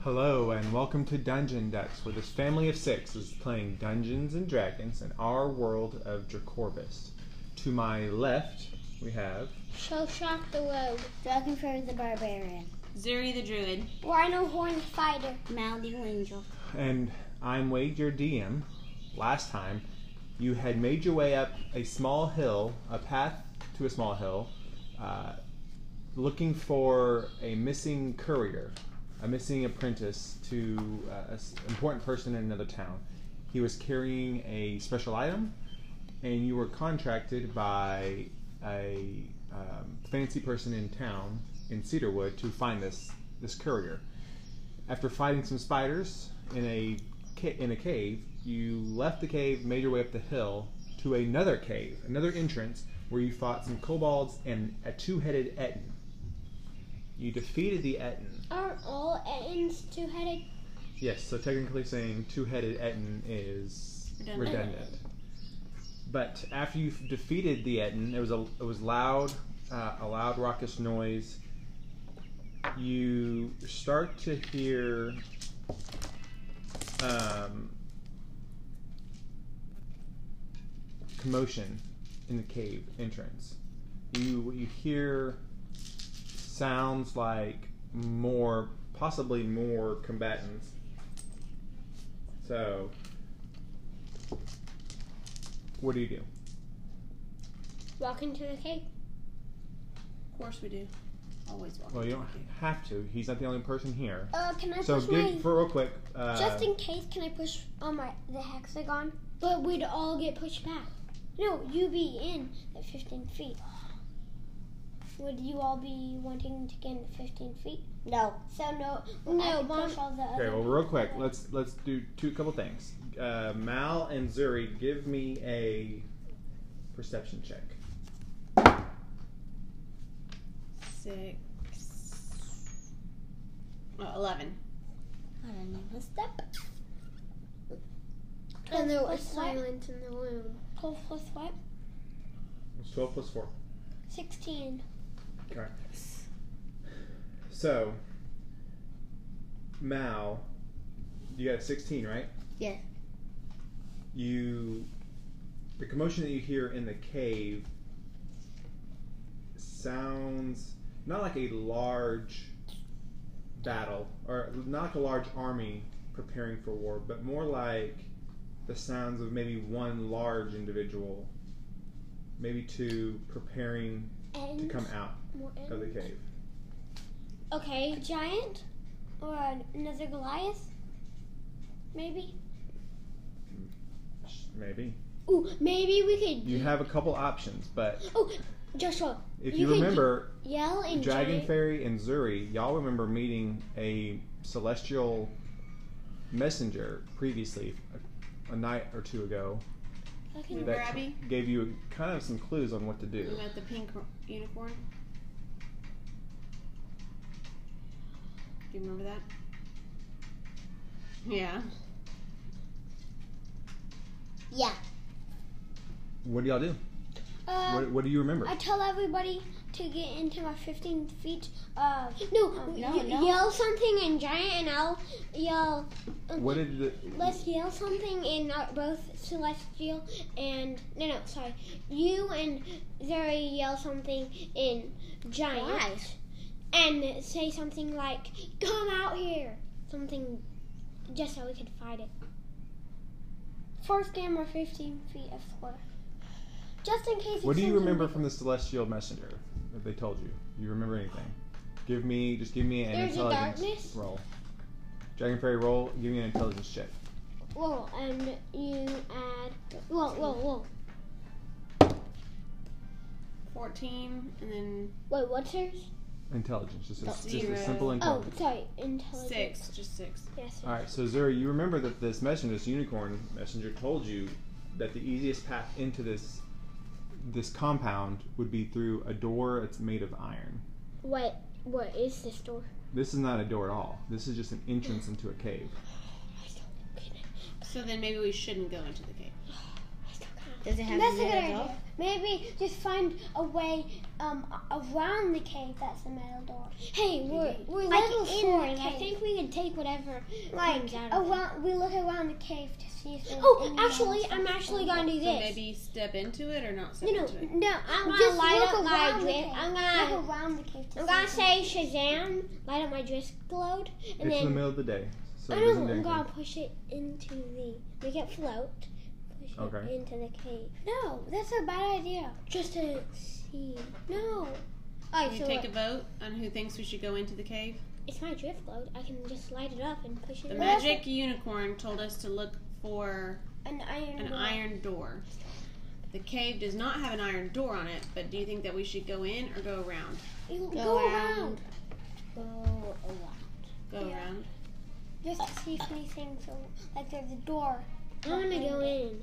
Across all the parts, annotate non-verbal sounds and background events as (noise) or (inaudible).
Hello and welcome to Dungeon Ducks, where this family of six is playing Dungeons and Dragons in our world of Dracorbis. To my left, we have Shoshak the Rogue, Dragonfur the Barbarian, Zuri the Druid. Rhino Horn Fighter, Mounting Angel. and I'm Wade, your DM. Last time, you had made your way up a small hill, a path to a small hill, uh, looking for a missing courier, a missing apprentice to uh, an important person in another town. He was carrying a special item, and you were contracted by a um, fancy person in town in Cedarwood to find this this courier after fighting some spiders in a ca- in a cave, you left the cave, made your way up the hill to another cave, another entrance where you fought some kobolds and a two-headed ettin. You defeated the ettin. Aren't all Ettins two headed? Yes, so technically saying two-headed ettin is redundant. Redundant. But after you have defeated the ettin, it was a it was loud, uh, a loud raucous noise. You start to hear um, commotion in the cave entrance. You you hear sounds like more, possibly more combatants. So, what do you do? Walk into the cave. Of course we do. Always walk. Well, you into don't the cave. have to. He's not the only person here. Uh, can I So, push give, my. for real quick, uh, just in case, can I push on my the hexagon? But we'd all get pushed back. No, you be in at 15 feet. Would you all be wanting to get in 15 feet? No. So no. No, mom. Push all the Okay, other well, real quick, people. let's let's do two couple things. Uh, Mal and Zuri, give me a perception check. Six. Oh, Eleven. I don't know. A step. And there was silence in the room. 12 plus what? It's twelve plus four. 16. So, Mal, you got a sixteen, right? Yeah. You, the commotion that you hear in the cave sounds not like a large battle or not like a large army preparing for war, but more like the sounds of maybe one large individual, maybe two, preparing And to come out more of the end. cave. Okay, a giant or an- another Goliath? Maybe? Maybe. Ooh, maybe we could. You have a couple options, but Oh, Joshua, if You you, can- remember, yell and Dragon giant. Fairy and Zuri, y'all remember meeting a celestial messenger previously, a, a night or two ago, I You can- bet. that Grabby? gave you kind of some clues on what to You do. met the pink r- unicorn. Do you remember that? Yeah. Yeah. What do y'all do? Uh, What, what do you remember? I tell everybody to get into my 15 feet. Uh, no, no, y- no. yell something and giant, and I'll yell. What did the, Let's yell something in uh, both Celestial and no, no, sorry. You and Zuri yell something in Giant, and say something like "Come out here," something just so we could fight it. Fourth game or fifteen feet of floor, just in case. what it's do you something remember big. from the celestial messenger that they told you? You remember anything? Give me just give me an There's a intelligence darkness. roll. Dragon Fairy roll. Give me an intelligence check. Well, and you add. Well, well, well. Fourteen, and then Wait, what's hers? Intelligence, just a, just a Zero. simple Oh. Oh, intelligence. sorry, intelligence. six, just six. Yes. All right, so Zuri, you remember that this messenger, this unicorn messenger, told you that the easiest path into this this compound would be through a door that's made of iron. Wait, what is this door? This is not a door at all. This is just an entrance into a cave. I still, So then maybe we shouldn't go into the cave. (gasps) I still kind of Does it have That's a to good be metal idea. door? Maybe just find a way um, a- around the cave that's the metal door. Hey, we're, we're Like level in four, the and I cave. think we can take whatever Like, comes out of it. around- We look around the cave to see if. Oh, Oh, actually, I'm actually gonna do So this. maybe step into it or not step No, no, into it. no! I'm gonna Just light look up my around the dress. cave. I'm gonna, Look uh, around the cave to I'm see gonna if say Shazam! Light up my dress glowed, and it's the then middle of the day, so I it doesn't know do I'm anything. gonna push it into the make it float. Push it Okay. into the cave. No, that's a bad idea. Just to see. No. Can Alright, you so take a look, vote on who thinks we should go into the cave? it's my drift glow. I can just light it up and push it. The in. magic unicorn told us to look for an iron. an door. iron door. The cave does not have an iron door on it, but do you think that we should go in or go around? You- Go Go, around. around. Go around. Go Yeah. around. Just to see if anything's like there's a door. I'm gonna go in.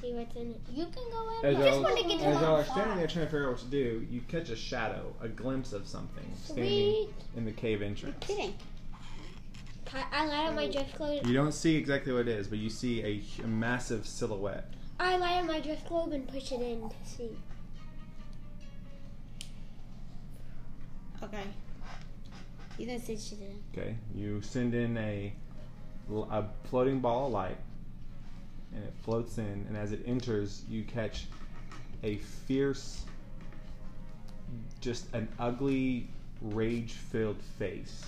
See what's in it. You can go As in. y'all- wanna get to as y'all are that standing there trying to figure out what to do, you catch a shadow, a glimpse of something standing Sweet. in the cave entrance. Kidding. I, I light up my drift globe. You don't see exactly what it is, but you see a, h- a massive silhouette. I light up my drift globe and push it in to see. Okay. You can sit she did. Okay, you send in a l- a floating ball of light, and it floats in, and as it enters, you catch a fierce, just an ugly, rage-filled face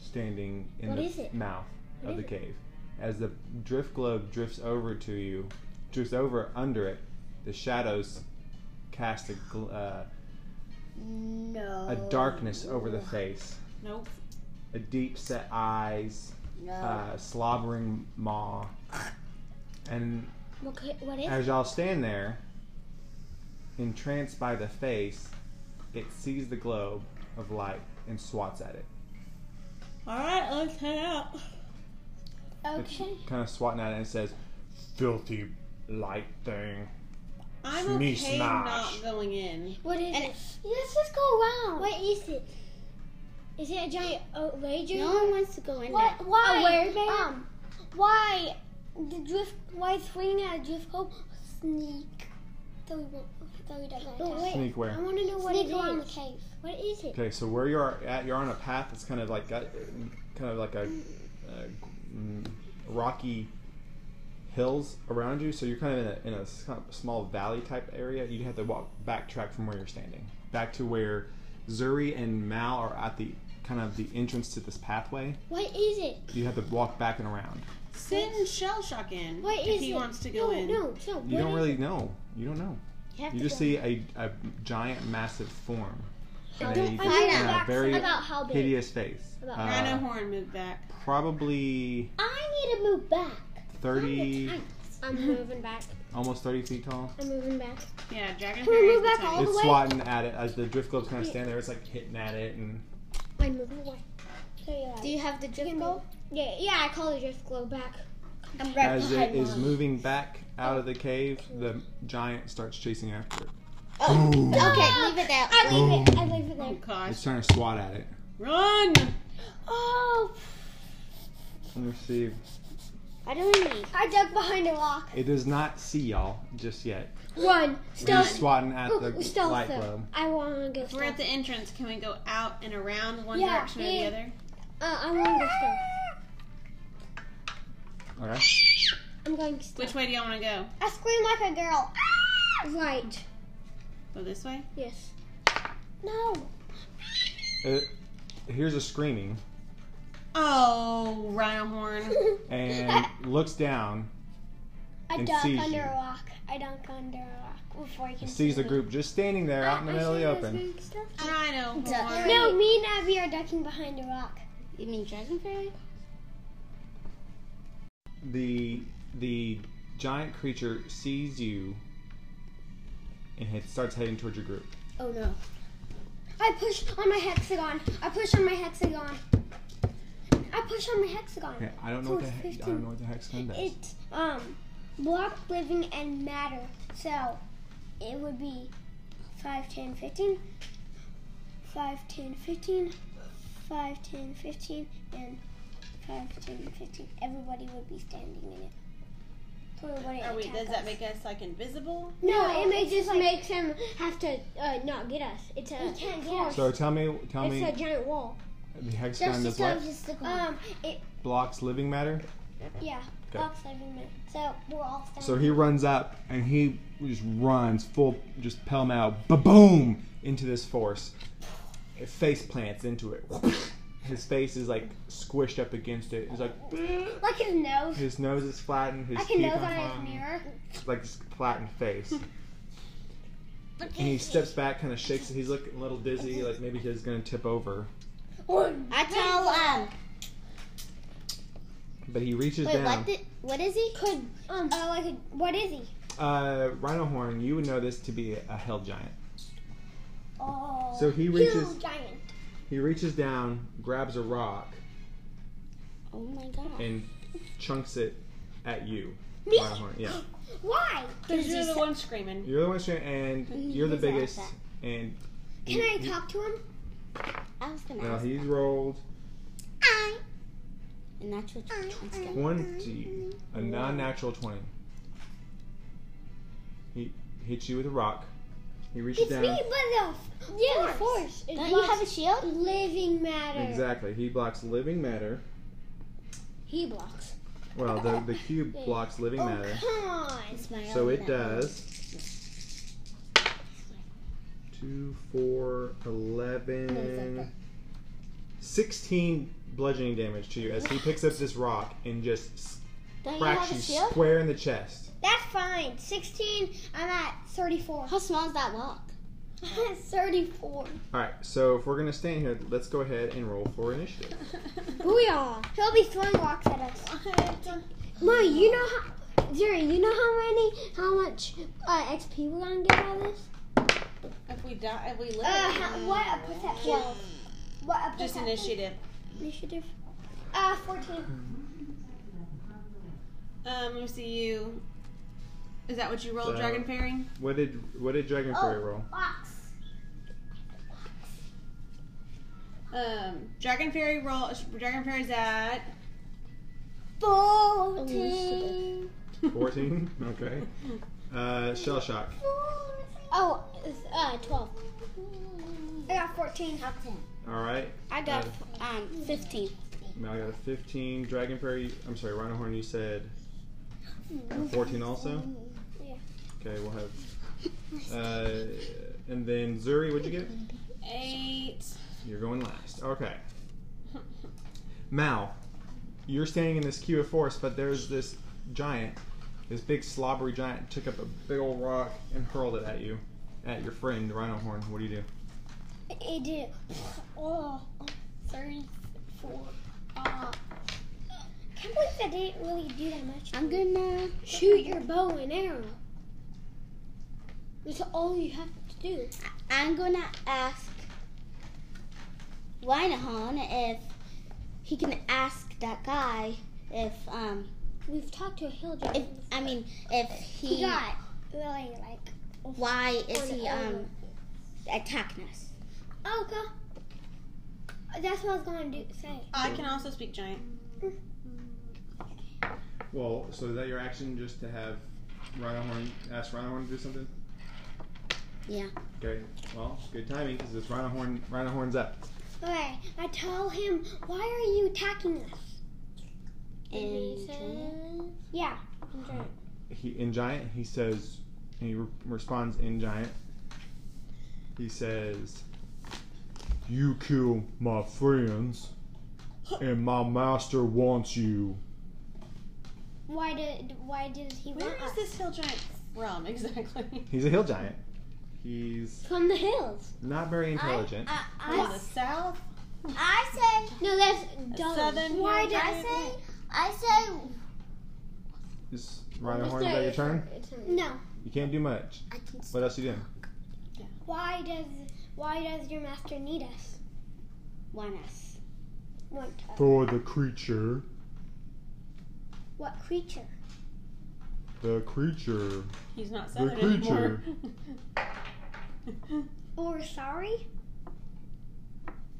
standing in What the is it? mouth What of the is cave. As the drift globe drifts over to you, drifts over under it, the shadows cast a, gl- uh, No. a Oh. darkness over the face, Nope. a deep-set eyes No. uh, slobbering maw. And What, could- what is it? as y'all stand there, entranced by the face, it sees the globe of light and swats at it. Alright, let's head out. It's kind of swatting at it and says, "Filthy light thing." I'm Sneeze okay smash. not going in. What is And- it? Let's just go around. What is it? Is it a giant uh, rager? No one wants to go in What? there. Why? A weird man? Um, why the drift? Why is swinging at a drift globe? Sneak. So we won't. So we don't get But attacked. wait, Sneak where? I want to know what Sneak it around is. the cave. What is it? Okay, so where you are at, you're on a path that's kind of like got, kind of like a, uh mm rocky hills around you. So you're kind of in a, in a s- kind of small valley type area. You have to walk backtrack from where you're standing, back to where Zuri and Mal are at the kind of the entrance to this pathway. What is it? You have to walk back and around. Sit and shell shock in. What is if it? he wants to go no, in. No, no, You what don't is really it? know. You don't know. You have You to just go. see a, a giant, massive form. And Don't a, find and out a about- very about how big. hideous face. About- Uh, Rhino horn moved back. probably I need to move back. 30 I'm moving back. almost 30 feet tall I'm moving back. Yeah, dragon Can we hair is move the back type. all the it's way? swatting at it as the drift globe's kind of standing there it's like hitting at it and I'm moving away. So you're Do you have the drift go? yeah, yeah, I call the drift globe back. I'm right as it behind is Mom. moving back out of the cave the giant starts chasing after it Oh. Ooh. Okay, leave it there. I leave it. I leave it Oh there. gosh. it's trying to swat at it Run! Oh, let me see I don't need. I dug behind a rock. it does not see y'all just yet Run, it's stealth. swatting at Ooh, the stealth. light though. globe I want to go We're at stealth. the entrance. Can we go out and around one Yeah, direction or the yeah. other? Uh, I want to go stealth. okay I'm going stealth. Which way do y'all want to go? I scream like a girl. Right. Go this way? Yes. No. it, here's a screaming Oh, rhino horn. and (laughs) looks down I And dunk sees under you. a rock. I dunk under a rock before I can and sees the see group just standing there out in the I- I middle of the said I was open doing stealth. Rhino Duck. horn. No, me and Abby are ducking behind a rock. You mean dragon fairy? the the giant creature sees you and it starts heading towards your group. Oh no. I push on my hexagon. I push on my hexagon. I push on my hexagon. Okay, I don't know So what the it's he- I 15. don't know what the hex gun does. It's um block, living, and matter. So it would be 5, 10, 15, 5, 10, 15, 5, 10, 15, and 5, 10, 15. Everybody would be standing in it. For when it Are we, attack Oh, does that us. make us like invisible? No, No, it, may Oh, it's just like- makes him have to uh, not get us. It's a He can't get force. us. So tell me, tell it's me, a giant wall. the hexagon does what? Um, it Blocks living matter. yeah. Okay. Blocks every minute. So we're all standing. So he runs up and he just runs full, just pell mell, ba boom, into this force. It face plants into it. His face is like squished up against it. He's like, like his nose. his nose is flattened. His I can teeth nose are on his hung, mirror. Like this flattened face. and he steps back, kind of shakes it. He's looking a little dizzy, like maybe he's gonna tip over. I tell um. But he reaches Wait, down. what? The, what is he? Could um uh, like a, what is he? Uh, Rhino Horn, you would know this to be a hell giant. Oh. So he reaches, Huge giant. he reaches down, grabs a rock, Oh my god. and chunks it at you. Me? Rhino Horn, yeah, Why? Because you're the one (laughs) screaming. you're the one, straight, and you're the He's like biggest. that. And Can I he- talk to him? I was gonna Now ask. he's rolled I. And that's what I- it's got. twenty, a non-natural twenty. He hits you with a rock. He reaches It's down. me, but the yeah, the force. It Don't you have a blocks shield? living matter? Exactly. He blocks living matter. He blocks. Well, the the cube blocks Oh, living matter. Come on. It's my So own it bad. does. 2, 4, 11, 16 bludgeoning damage to you as he picks up this rock and just s- Don't you cracks have you a shield? square in the chest. That's fine. 16. I'm at 34. How small is that rock? (laughs) I'm at 34. Alright, so if we're gonna stand here, let's go ahead and roll for initiative. Booyah. He'll be throwing rocks at us. What? Ma, you know how, Jerry, you know how many, how much uh, XP we're gonna get out of this? If we die, if we live. Uh, Uh, what a perception. What a Just initiative. initiative. Uh, 14. Um, let me see you. Is that what you rolled, So- Dragon Fairy? What did what did Dragon Fairy Oh. roll? Box. Um, Dragon Fairy roll. Dragon Fairy's at. 14. (laughs) 14? Okay. Uh, shell shock. Oh, it's, uh, 12. I got 14. Alright. I got Uh, um 15. Mal got a 15. Dragon Fairy, I'm sorry, Rhino Horn, you said a 14 also? Yeah. Okay, we'll have. Uh, and then Zuri, what'd you get? (laughs) Eight. You're going last. Okay. Mal, you're standing in this queue of force, but there's this giant, this big slobbery giant, took up a big old rock and hurled it at you, at your friend Rhino Horn. What do you do? It did. Oh, 34. Uh, can't believe that didn't really do that much. I'm gonna. Shoot your bow and arrow. That's all you have to do. I'm gonna ask Rhinahorn if he can ask that guy if um We've talked to a hill if giant. I mean if He he got really like. why is on he arrow. um attacking us? Oh, okay. That's what I was going to do, say. I can also speak giant. Well, so is that your action just to have Rhino Horn ask Rhino Horn to do something? Yeah. Okay. Well, good timing because it's Rhino Horn. Rhino Horn's up. Okay, I tell him, why are you attacking us? And Yeah. he in giant he says and he re- responds in giant he says you kill my friends and my master wants you Why did why did he Where want is us? this hill giant from (laughs) exactly? he's a hill giant he's From the hills. not very intelligent I, From the south. I say No, that's dumb. Southern why hill did giant. I say is rhino horn is that your turn No. you can't do much I can what else you doing Why does why does your master need us? one us. Want us? for the creature What creature? the creature He's not southern creature. anymore. (laughs) Or sorry,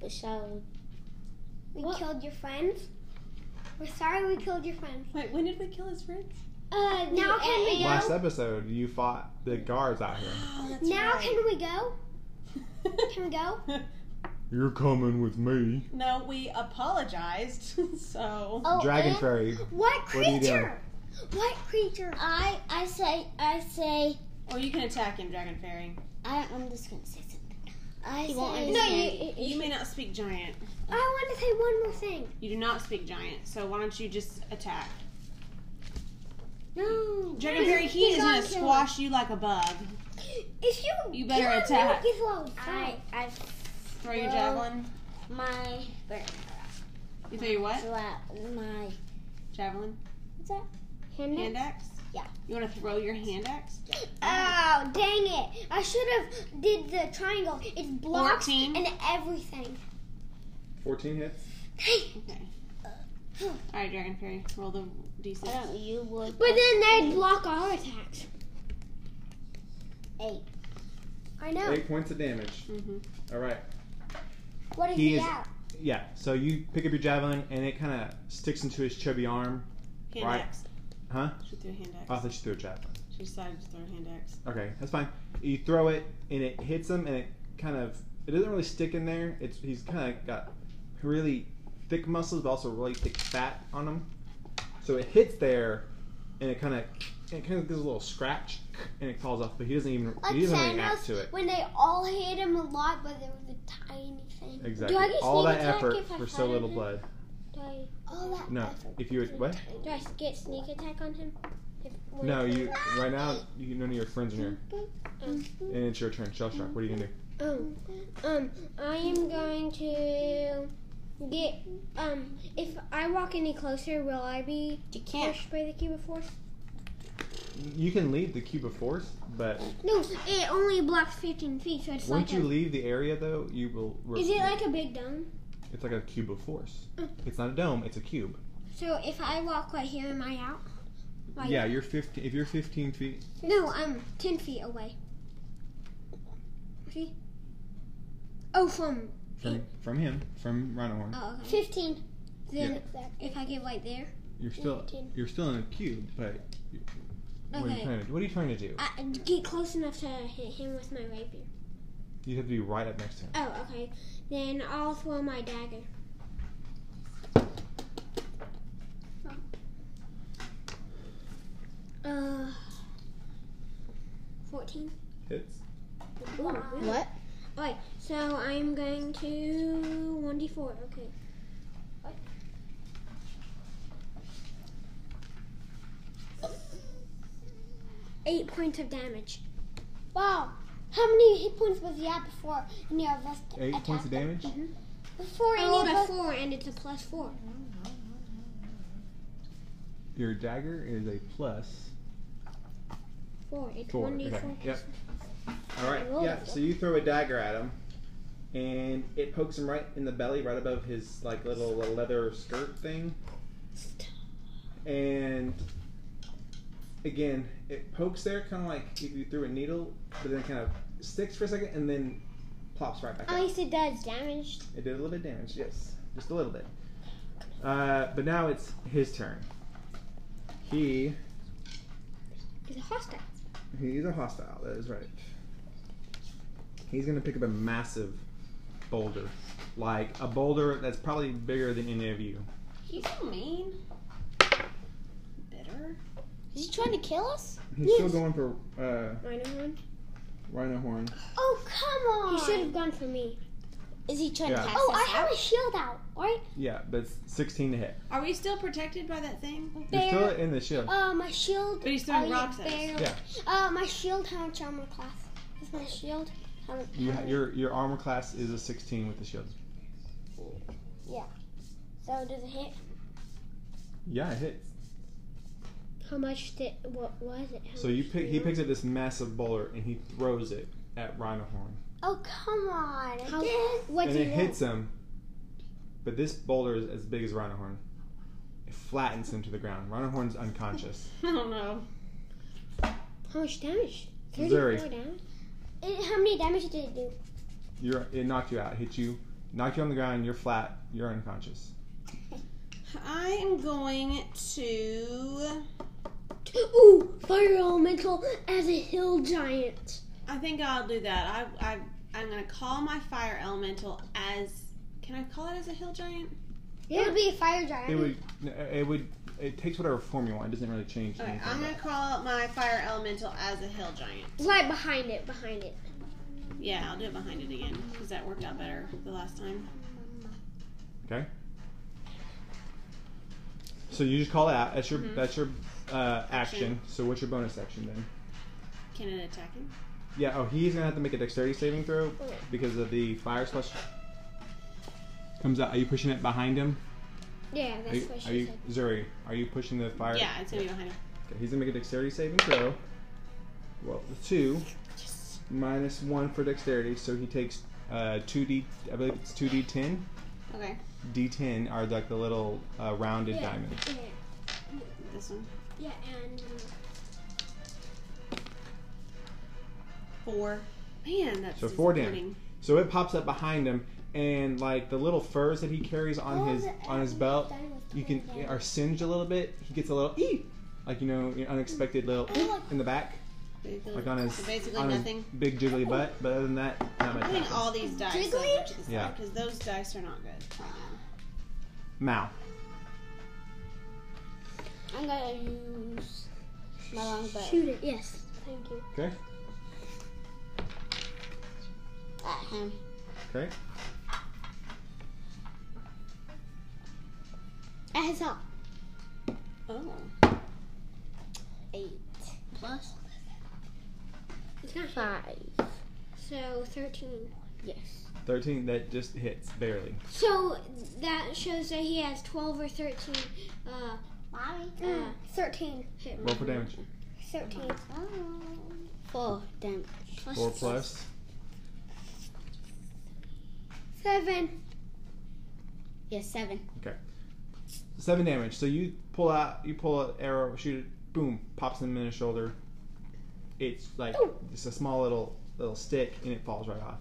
But so we killed your friends. We're sorry we killed your friends. Wait, when did we kill his friends? Uh, now can we Last go? episode, you fought the guards out here. Now can we go? can (laughs) Can we go? You're coming with me. No, we apologized. (laughs) So Oh, Dragon and fairy. What What are you doing? creature? What creature? I I say I say Or you can attack him, Dragon Fairy. I I'm just gonna say something. I He say won't No, understand. you, You may not speak giant. I want to say one more thing. You do not speak giant, so why don't you just attack? No. Dragon Fairy, he is gonna squash you like a bug. If you You better kill him, attack. you'll give low I five. I Throw your Well- javelin. my burn You throw your what? slap my Javelin? Hand Hand it. axe? Yeah. You wanna throw your hand axe? Oh dang it! I should have did the triangle. It's blocked 14. and everything. 14 hits. Hey, Okay. Alright, Dragon Fairy, roll the D6. I don't Oh, you would but then they block our attacks. eight. I know. points of damage. Mm-hmm. All right. What is He he is- out? Yeah, so you pick up your javelin and it kind of sticks into his chubby arm. Hand Right. axe. Huh? She threw a hand axe. Oh, I thought you threw a javelin. She decided to throw a hand axe. Okay, that's fine. You throw it and it hits him and it kind of it doesn't really stick in there. It's he's kind of got really thick muscles but also really thick fat on him. So it hits there and it kind of it kind of gives a little scratch and it falls off, but he doesn't even Like he doesn't react Thanos to it. when they all hit him a lot, but there was a tiny thing. Exactly. Do I get All sneak that attack effort if I for so fight little him? blood. Do I, All that No, effort. if you would what? do I get sneak attack on him? If, when No, it's- you right now you, none of your friends are here, Mm-hmm. and it's your turn. Shell shock. What are you gonna do? Um, um, I am going to get. Um, if I walk any closer, will I be You can't. pushed by the cube of force? You can leave the cube of force, but No, it only blocks 15 feet, so it's once like. you A, leave the area, though, you will. re- is it like a big dome? It's like a cube of force. Mm. It's not a dome. It's a cube. So if I walk right here, am I out? Like, Yeah, you're 15. If you're 15 feet, No, Oh, I'm 10 feet away. See? Oh, from. from from him, from Rhinohorn, Oh, okay. 15. Then if I get right there. you're still 15. you're still in a cube. But what are you Okay. trying to what are you trying to do? I, get close enough to hit him with my rapier. You have to be right up next to him. Oh, okay. Then I'll throw my dagger. Oh. Uh, 14. Hits. What? Okay, so I'm going to 1d4. Okay. Eight points of damage. Wow. How many hit points was he at before any of us Eight attacked points of him? damage. Mm-hmm. Before I any rolled of a us. four, and it's a plus four. Your dagger is a plus Four. It's Four. one d Okay. four. Yep. All right. rolled Yeah. it. So you throw a dagger at him, and it pokes him right in the belly, right above his like little leather skirt thing. And again, it pokes there, kind of like if you threw a needle, but then kind of sticks for a second, and then plops right back. At up. least it does damage. It did a little bit of damage. Yes, just a little bit. Uh, but now it's his turn. He It's a hostile. He's a hostile. That is right. He's gonna pick up a massive boulder, like a boulder that's probably bigger than any of you. He's so mean. Bitter. Is he trying to kill us? He's still going for uh, Rhino horn. rhino horn. Oh come on. He should have gone for me. Is he trying Yeah. to cast Oh, us I have out? a shield out. Right? Yeah, but it's 16 to hit. Are we still protected by that thing? You're Bear. still in the shield. Uh, my shield. But he's throwing oh, yeah, rocks at us. barely. Yeah. Uh, my shield. How much armor class is my shield? How much? You, ha- your your armor class is a 16 with the shield. So does it hit? Yeah, it hits. How much did? What was it? How So you much pick. do He want? picks up this massive boulder and he throws it at rhino horn, Oh come on. How? Again. What and did it hits him. But this boulder is as big as rhino horn. It flattens him to the ground. Rhino horn's unconscious. (laughs) I don't know. How much damage? Zuri. Thirty-four damage. It- how many damage did it do? You're, it knocked you out, hit you, knocked you on the ground, you're flat, you're unconscious. I am going to Ooh, fire elemental as a hill giant. I think I'll do that. I, I, I'm going to call my fire elemental as. Can I call it as a hill giant? Yeah. It would be a fire giant. It would. It would. It takes whatever form you want. It doesn't really change. Okay, anything I'm going about to call my fire elemental as a hill giant. It's right behind it, behind it. Yeah, I'll do it behind it again because that worked out better the last time. it. So you just call that. That's your. Mm-hmm. Mhm. That's your uh, action. Action. So what's your bonus action then? Can it attack him? Yeah. Oh, he's gonna have to make a dexterity saving throw because of the fire slash. Comes out. Are you pushing it behind him? Yeah, Are that's you, what are she you said. Zuri? Are you pushing the fire? Yeah, it's going to be behind him. Okay, he's gonna make a dexterity saving throw. Well, two minus one for dexterity, so he takes uh, two d. I believe it's two d ten. Okay, D ten are like the little uh, rounded Yeah. diamonds. Yeah, this one. yeah, and Four. Man, that's So four disappointing. So it pops up behind him, and like the little furs that he carries on his on his belt, you can are singed a little bit. He gets a little ee, like you know, your unexpected little ee in the back, Basically- like on his so basically on his nothing. big jiggly butt. But other than that, not much. I think happens. all these dice Jiggly? Yeah. because those dice are not good. Right Mal. I'm gonna use my long bow. shoot it. Yes, thank you. Okay. at him. Okay. At his help. now. Oh, Eight. Plus It's not hit. five. So thirteen. Yes. Thirteen. That just hits barely. So that shows that he has twelve or thirteen uh, Mommy. uh, Thirteen. hit. Roll for damage. Thirteen. Four damage. Four plus. Seven. Yes, seven. Seven damage. So you pull out, you pull an arrow, shoot it, boom, pops him in his shoulder. It's like Oh. just a small little little stick, and it falls right off.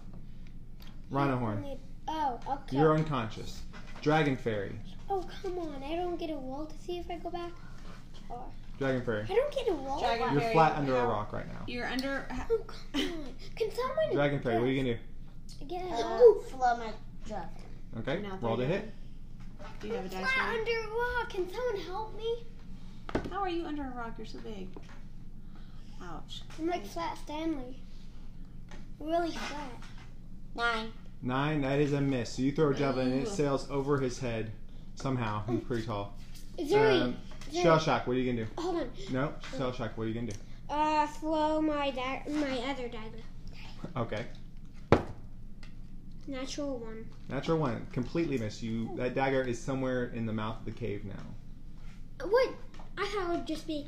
Rhino horn, Oh, okay. you're unconscious. Dragon fairy, Oh, come on. I don't get a roll to see if I go back. dragon fairy, I don't get a roll. Dragon you're fairy, flat under a how- rock right now. You're under. ha- Oh, come on. Can someone Dragon fairy, what are you gonna get a Uh, Ooh, slow my drop. do? Okay, Now roll to three hit. Do you have a dice? flat roll? under a rock. Can someone help me? How are you under a rock? You're so big. Ouch. I'm like flat Stanley. Really flat. Nine. Nine, that is a miss. So you throw a javelin, and it Ooh. sails over his head. Somehow, he's pretty tall. Um, Zuri, Zuri. shell shock, what are you gonna do? hold on. No, shell shock, what are you gonna do? Uh, throw my da- my other dagger. Okay. Natural one. Natural one, completely missed you. That dagger is somewhere in the mouth of the cave now. What? I thought it would just be.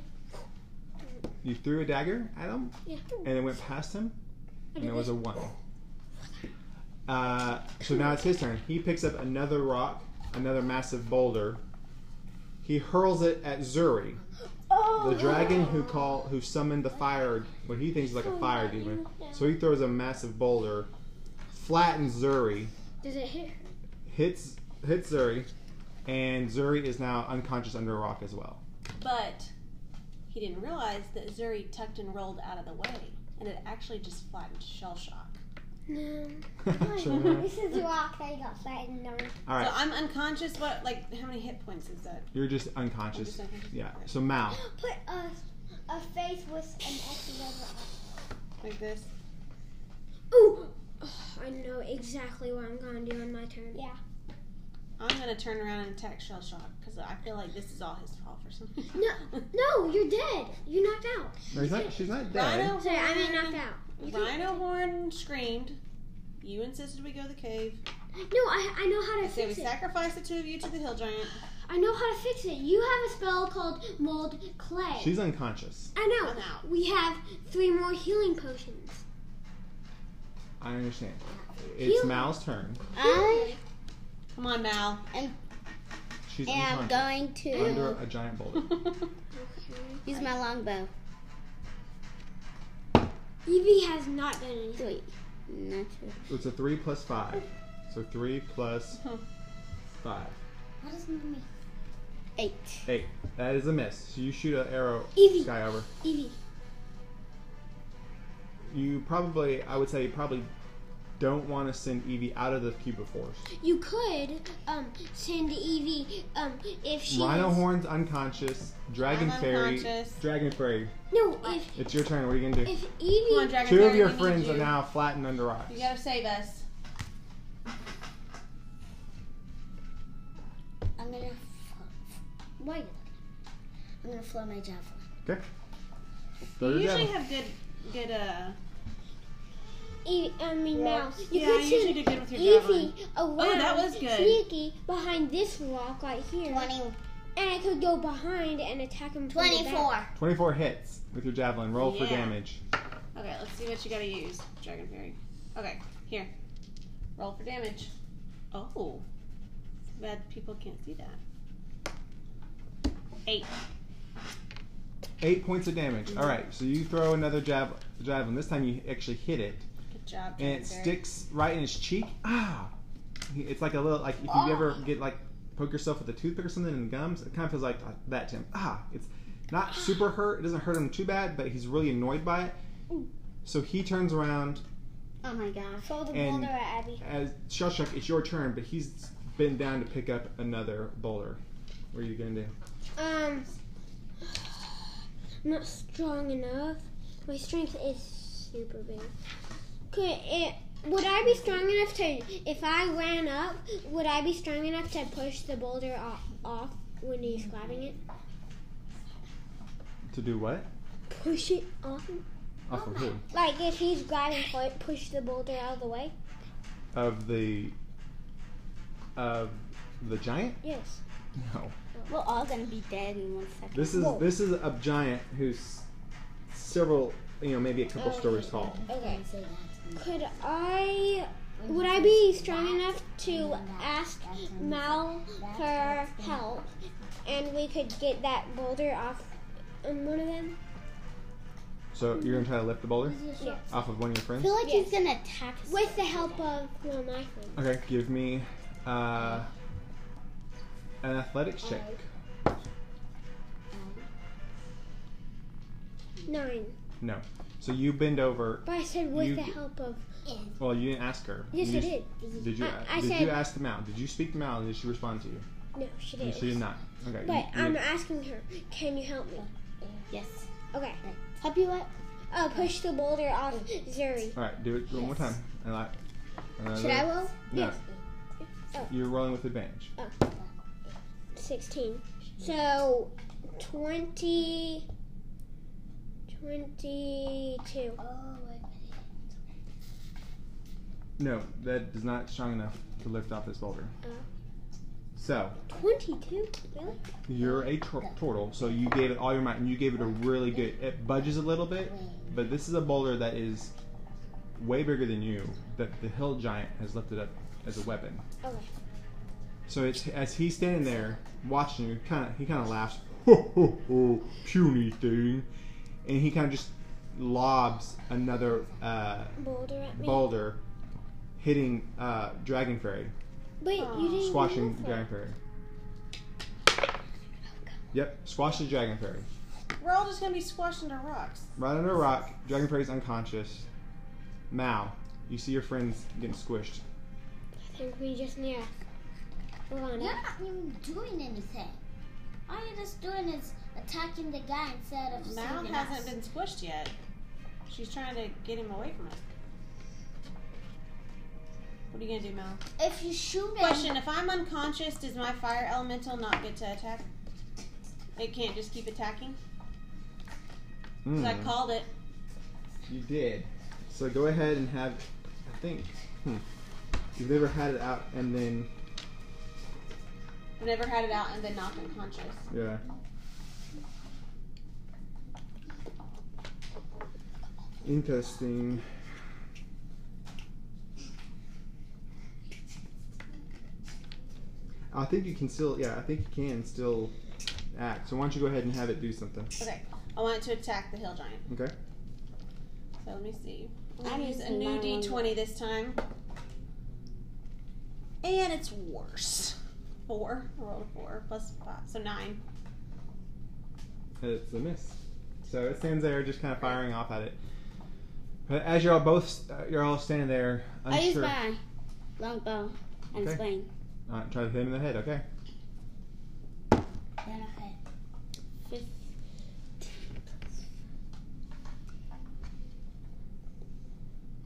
You threw a dagger at him, Yeah. and it went past him, and it was a one. Uh, so now it's his turn. He picks up another rock, another massive boulder. He hurls it at Zuri, Oh, the dragon who call who summoned the fire, what he thinks is like a fire demon. So he throws a massive boulder, flattens Zuri, Does it hit? hits hits Zuri, and Zuri is now unconscious under a rock as well. But he didn't realize that Zuri tucked and rolled out of the way, and it actually just flattened shell shock. No. (laughs) (laughs) Sure. This is the rock that you got flattened on. All right, So I'm unconscious. What? Like how many hit points is that? you're just I'm unconscious. just unconscious. Yeah. So (gasps) Mal, Put a, a face with an X Like this. Ooh. Oh, I know exactly what I'm gonna do on my turn. Yeah. I'm gonna turn around and attack shell shock because I feel like this is all his fault for some reason. (laughs) No, no, you're dead. You knocked out. no, he's not. She's not dead. Rhino. Sorry, I mean horn- knocked out. You can- Rhino horn screamed. You insisted we go to the cave. no, I, I know how to I say we fix it. sacrifice the two of you to the hill giant. I know how to fix it. You have a spell called mold clay. She's unconscious. I know. I'm out. We have three more healing potions. I understand. It's You- Mal's turn. I Come on, Mal. (laughs) She's am unconscious going to under a giant boulder. That's use my longbow. Evie has not done anything. Three. Not true. It's a three plus five, so three plus five. What does mommy? Eight. Eight. That is a miss. So you shoot an arrow Evie. sky over. Evie. You probably, I would say, you probably don't want to send Evie out of the cube of force. You could um, send Evie um, if she. Rhino was- Horn's unconscious. Dragon I'm Fairy. unconscious. Dragon Fairy. No, if It's your turn. What are you gonna do? if Come on, Evie. Dragon Two Fairy, of your we need friends you. are now flattened under rocks. You gotta save us. I'm gonna. fl- Why? are you looking at me? I'm gonna throw my javelin. Okay. You Throw your usually javelin. have good, good. Uh, Evie, E, I mean mouse. You yeah, could you send usually did good with your javelin. Evie around Oh, that was good. sneaky behind this rock right here, Twenty. and I could go behind and attack him. From the back. Twenty-four. Twenty-four hits with your javelin. Roll for Yeah. damage. Okay, let's see what you gotta use, Dragon Fairy. Okay, here. Roll for damage. Oh. Too bad people can't see that. Eight. Eight points of damage. All right. So you throw another jab- javelin. This time you actually hit it, Good job, and Dragon it Fairy. sticks right in his cheek. Ah! It's like a little like if you ever get like poke yourself with a toothpick or something in the gums. It kind of feels like that to him. Ah! It's not super hurt. It doesn't hurt him too bad, but he's really annoyed by it. So he turns around Oh my god. Throw the And- boulder at Abby. as Shellshock. It's your turn, but he's been down to pick up another boulder. What are you gonna do? Um, I'm not strong enough. My strength is super big. Could it? Would I be strong enough to? If I ran up, would I be strong enough to push the boulder off, off when he's grabbing it? To do what? Push it off. Off of who? Like if he's grabbing for it, push the boulder out of the way. Of the of the giant? Yes. No. We're all gonna be dead in one second. This is Whoa. this is a giant who's several you know, maybe a couple Oh, stories tall. Okay. Don't say that to me. Could I? Would I be strong enough to ask Mal for help, and we could get that boulder off on one of them? So you're gonna try to lift the boulder Yeah. off of one of your I friends? feel like Yes. he's gonna attack us. With the help of one of my friends. Okay, give me uh an athletics check. Nine. No. So you bend over. But I said with You- the help of. Well, you didn't ask her. Yes, you I did. Did you? I- I did said- you ask them out? Did you speak them out? Did she respond to you? No, she No, did. She did not. Okay. But um, you- I'm you- asking her, can you help me? Yes. Okay. Help you what? Uh, push the boulder off Zuri. all right, do it one more time. Yes. And like. Should I roll? No. Yes. Oh. You're rolling with advantage. 16. So, 20. 22. Oh, wait, No, that is not strong enough to lift off this boulder. Oh. So 22? Really? you're a tor- turtle, so you gave it all your might, and you gave it a really good. It budges a little bit, but this is a boulder that is way bigger than you. That the hill giant has lifted up as a weapon. Okay. So it's as he's standing there watching you, kind of he kind of laughs, ho ho ho, puny thing, and he kind of just lobs another uh, Boulder at me. boulder, hitting uh, Dragon Fairy. Wait, you didn't. squashing roll for dragon it. fairy. Yep, squash the dragon fairy. We're all just gonna be squashed into rocks. Right under a rock, dragon fairy's unconscious. Mao, you see your friends getting squished. I think we just need to. We're on You're not even doing anything. All you're just doing is attacking the guy instead of Mal saving hasn't us. been squished yet. She's trying to get him away from us. What are you gonna do, Mal? If you shoot him, Question: If I'm unconscious, does my fire elemental not get to attack? It can't just keep attacking. 'Cause I Hmm, called it. You did. So go ahead and have. I think. Hmm, you've never had it out and then. I've never had it out and been knocked unconscious. Yeah. Interesting. I think you can still, yeah, I think you can still act. So why don't you go ahead and have it do something? Okay, I want it to attack the hill giant. Okay. So let me see. I'm I'm use a using new my one D20 this time. And it's worse. four. I rolled a four plus five, so nine. It's a miss. So it stands there, just kind of firing off at it. But as you're all both, uh, you're all standing there, Oh, I use unsure. my longbow and Okay. swing. Uh, try to hit him in the head. Okay. Then I had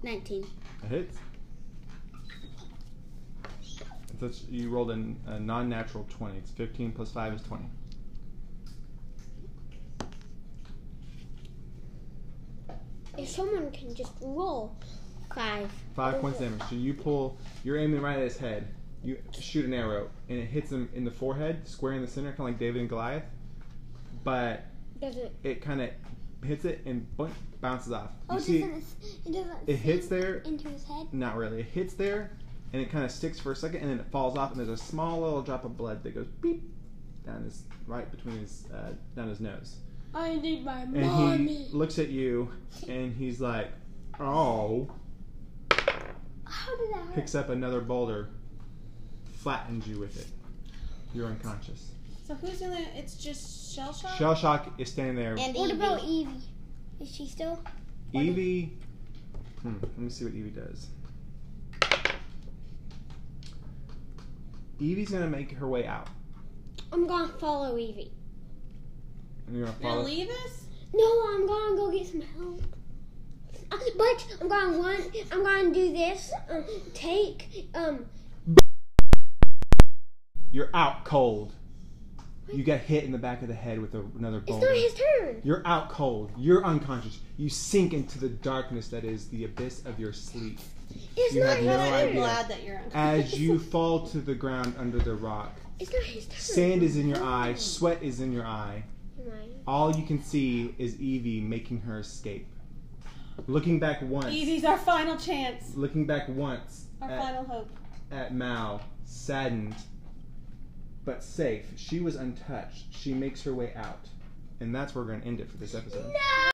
Nineteen. It hits. So it's- you rolled an, a non-natural twenty. It's fifteen plus five is twenty. If someone can just roll Five. Five points damage. So you pull. You're aiming right at his head. You shoot an arrow, and it hits him in the forehead, square in the center, kind of like David and Goliath. But doesn't it kind of hits it and boink, bounces off. Oh, You it see, doesn't, it doesn't it hits there. into his head. Not really. It hits there, and it kind of sticks for a second, and then it falls off, and there's a small little drop of blood that goes beep down his right between his uh, down his nose. I need my And he looks at you, and he's like, "Oh!" How did that hurt? Picks up another boulder, flattens you with it. You're unconscious. So who's in the? It's just shell shock. Shell Shock is standing there. And What Evie. about Evie? Is she still? Evie. Hmm, let me see what Evie does. Evie's gonna make her way out. I'm gonna follow Evie. And you're gonna You're follow. gonna leave us? No, I'm gonna go get some help. Uh, But I'm gonna run. I'm gonna do this. Um, take. Um, You're out cold. You got hit in the back of the head with a, another it's boulder. not his turn. You're out cold. You're unconscious. You sink into the darkness that is the abyss of your sleep. It's You not have his no turn. idea. I'm glad that you're unconscious. As you fall to the ground under the rock, It's not his turn. sand is in your eye, sweat is in your eye. Mine. All you can see is Evie making her escape. Looking back once, (laughs) Evie's our final chance. looking back once Our at, final hope. at Mao, saddened but safe. She was untouched. She makes her way out. And that's where we're going to end it for this episode. No.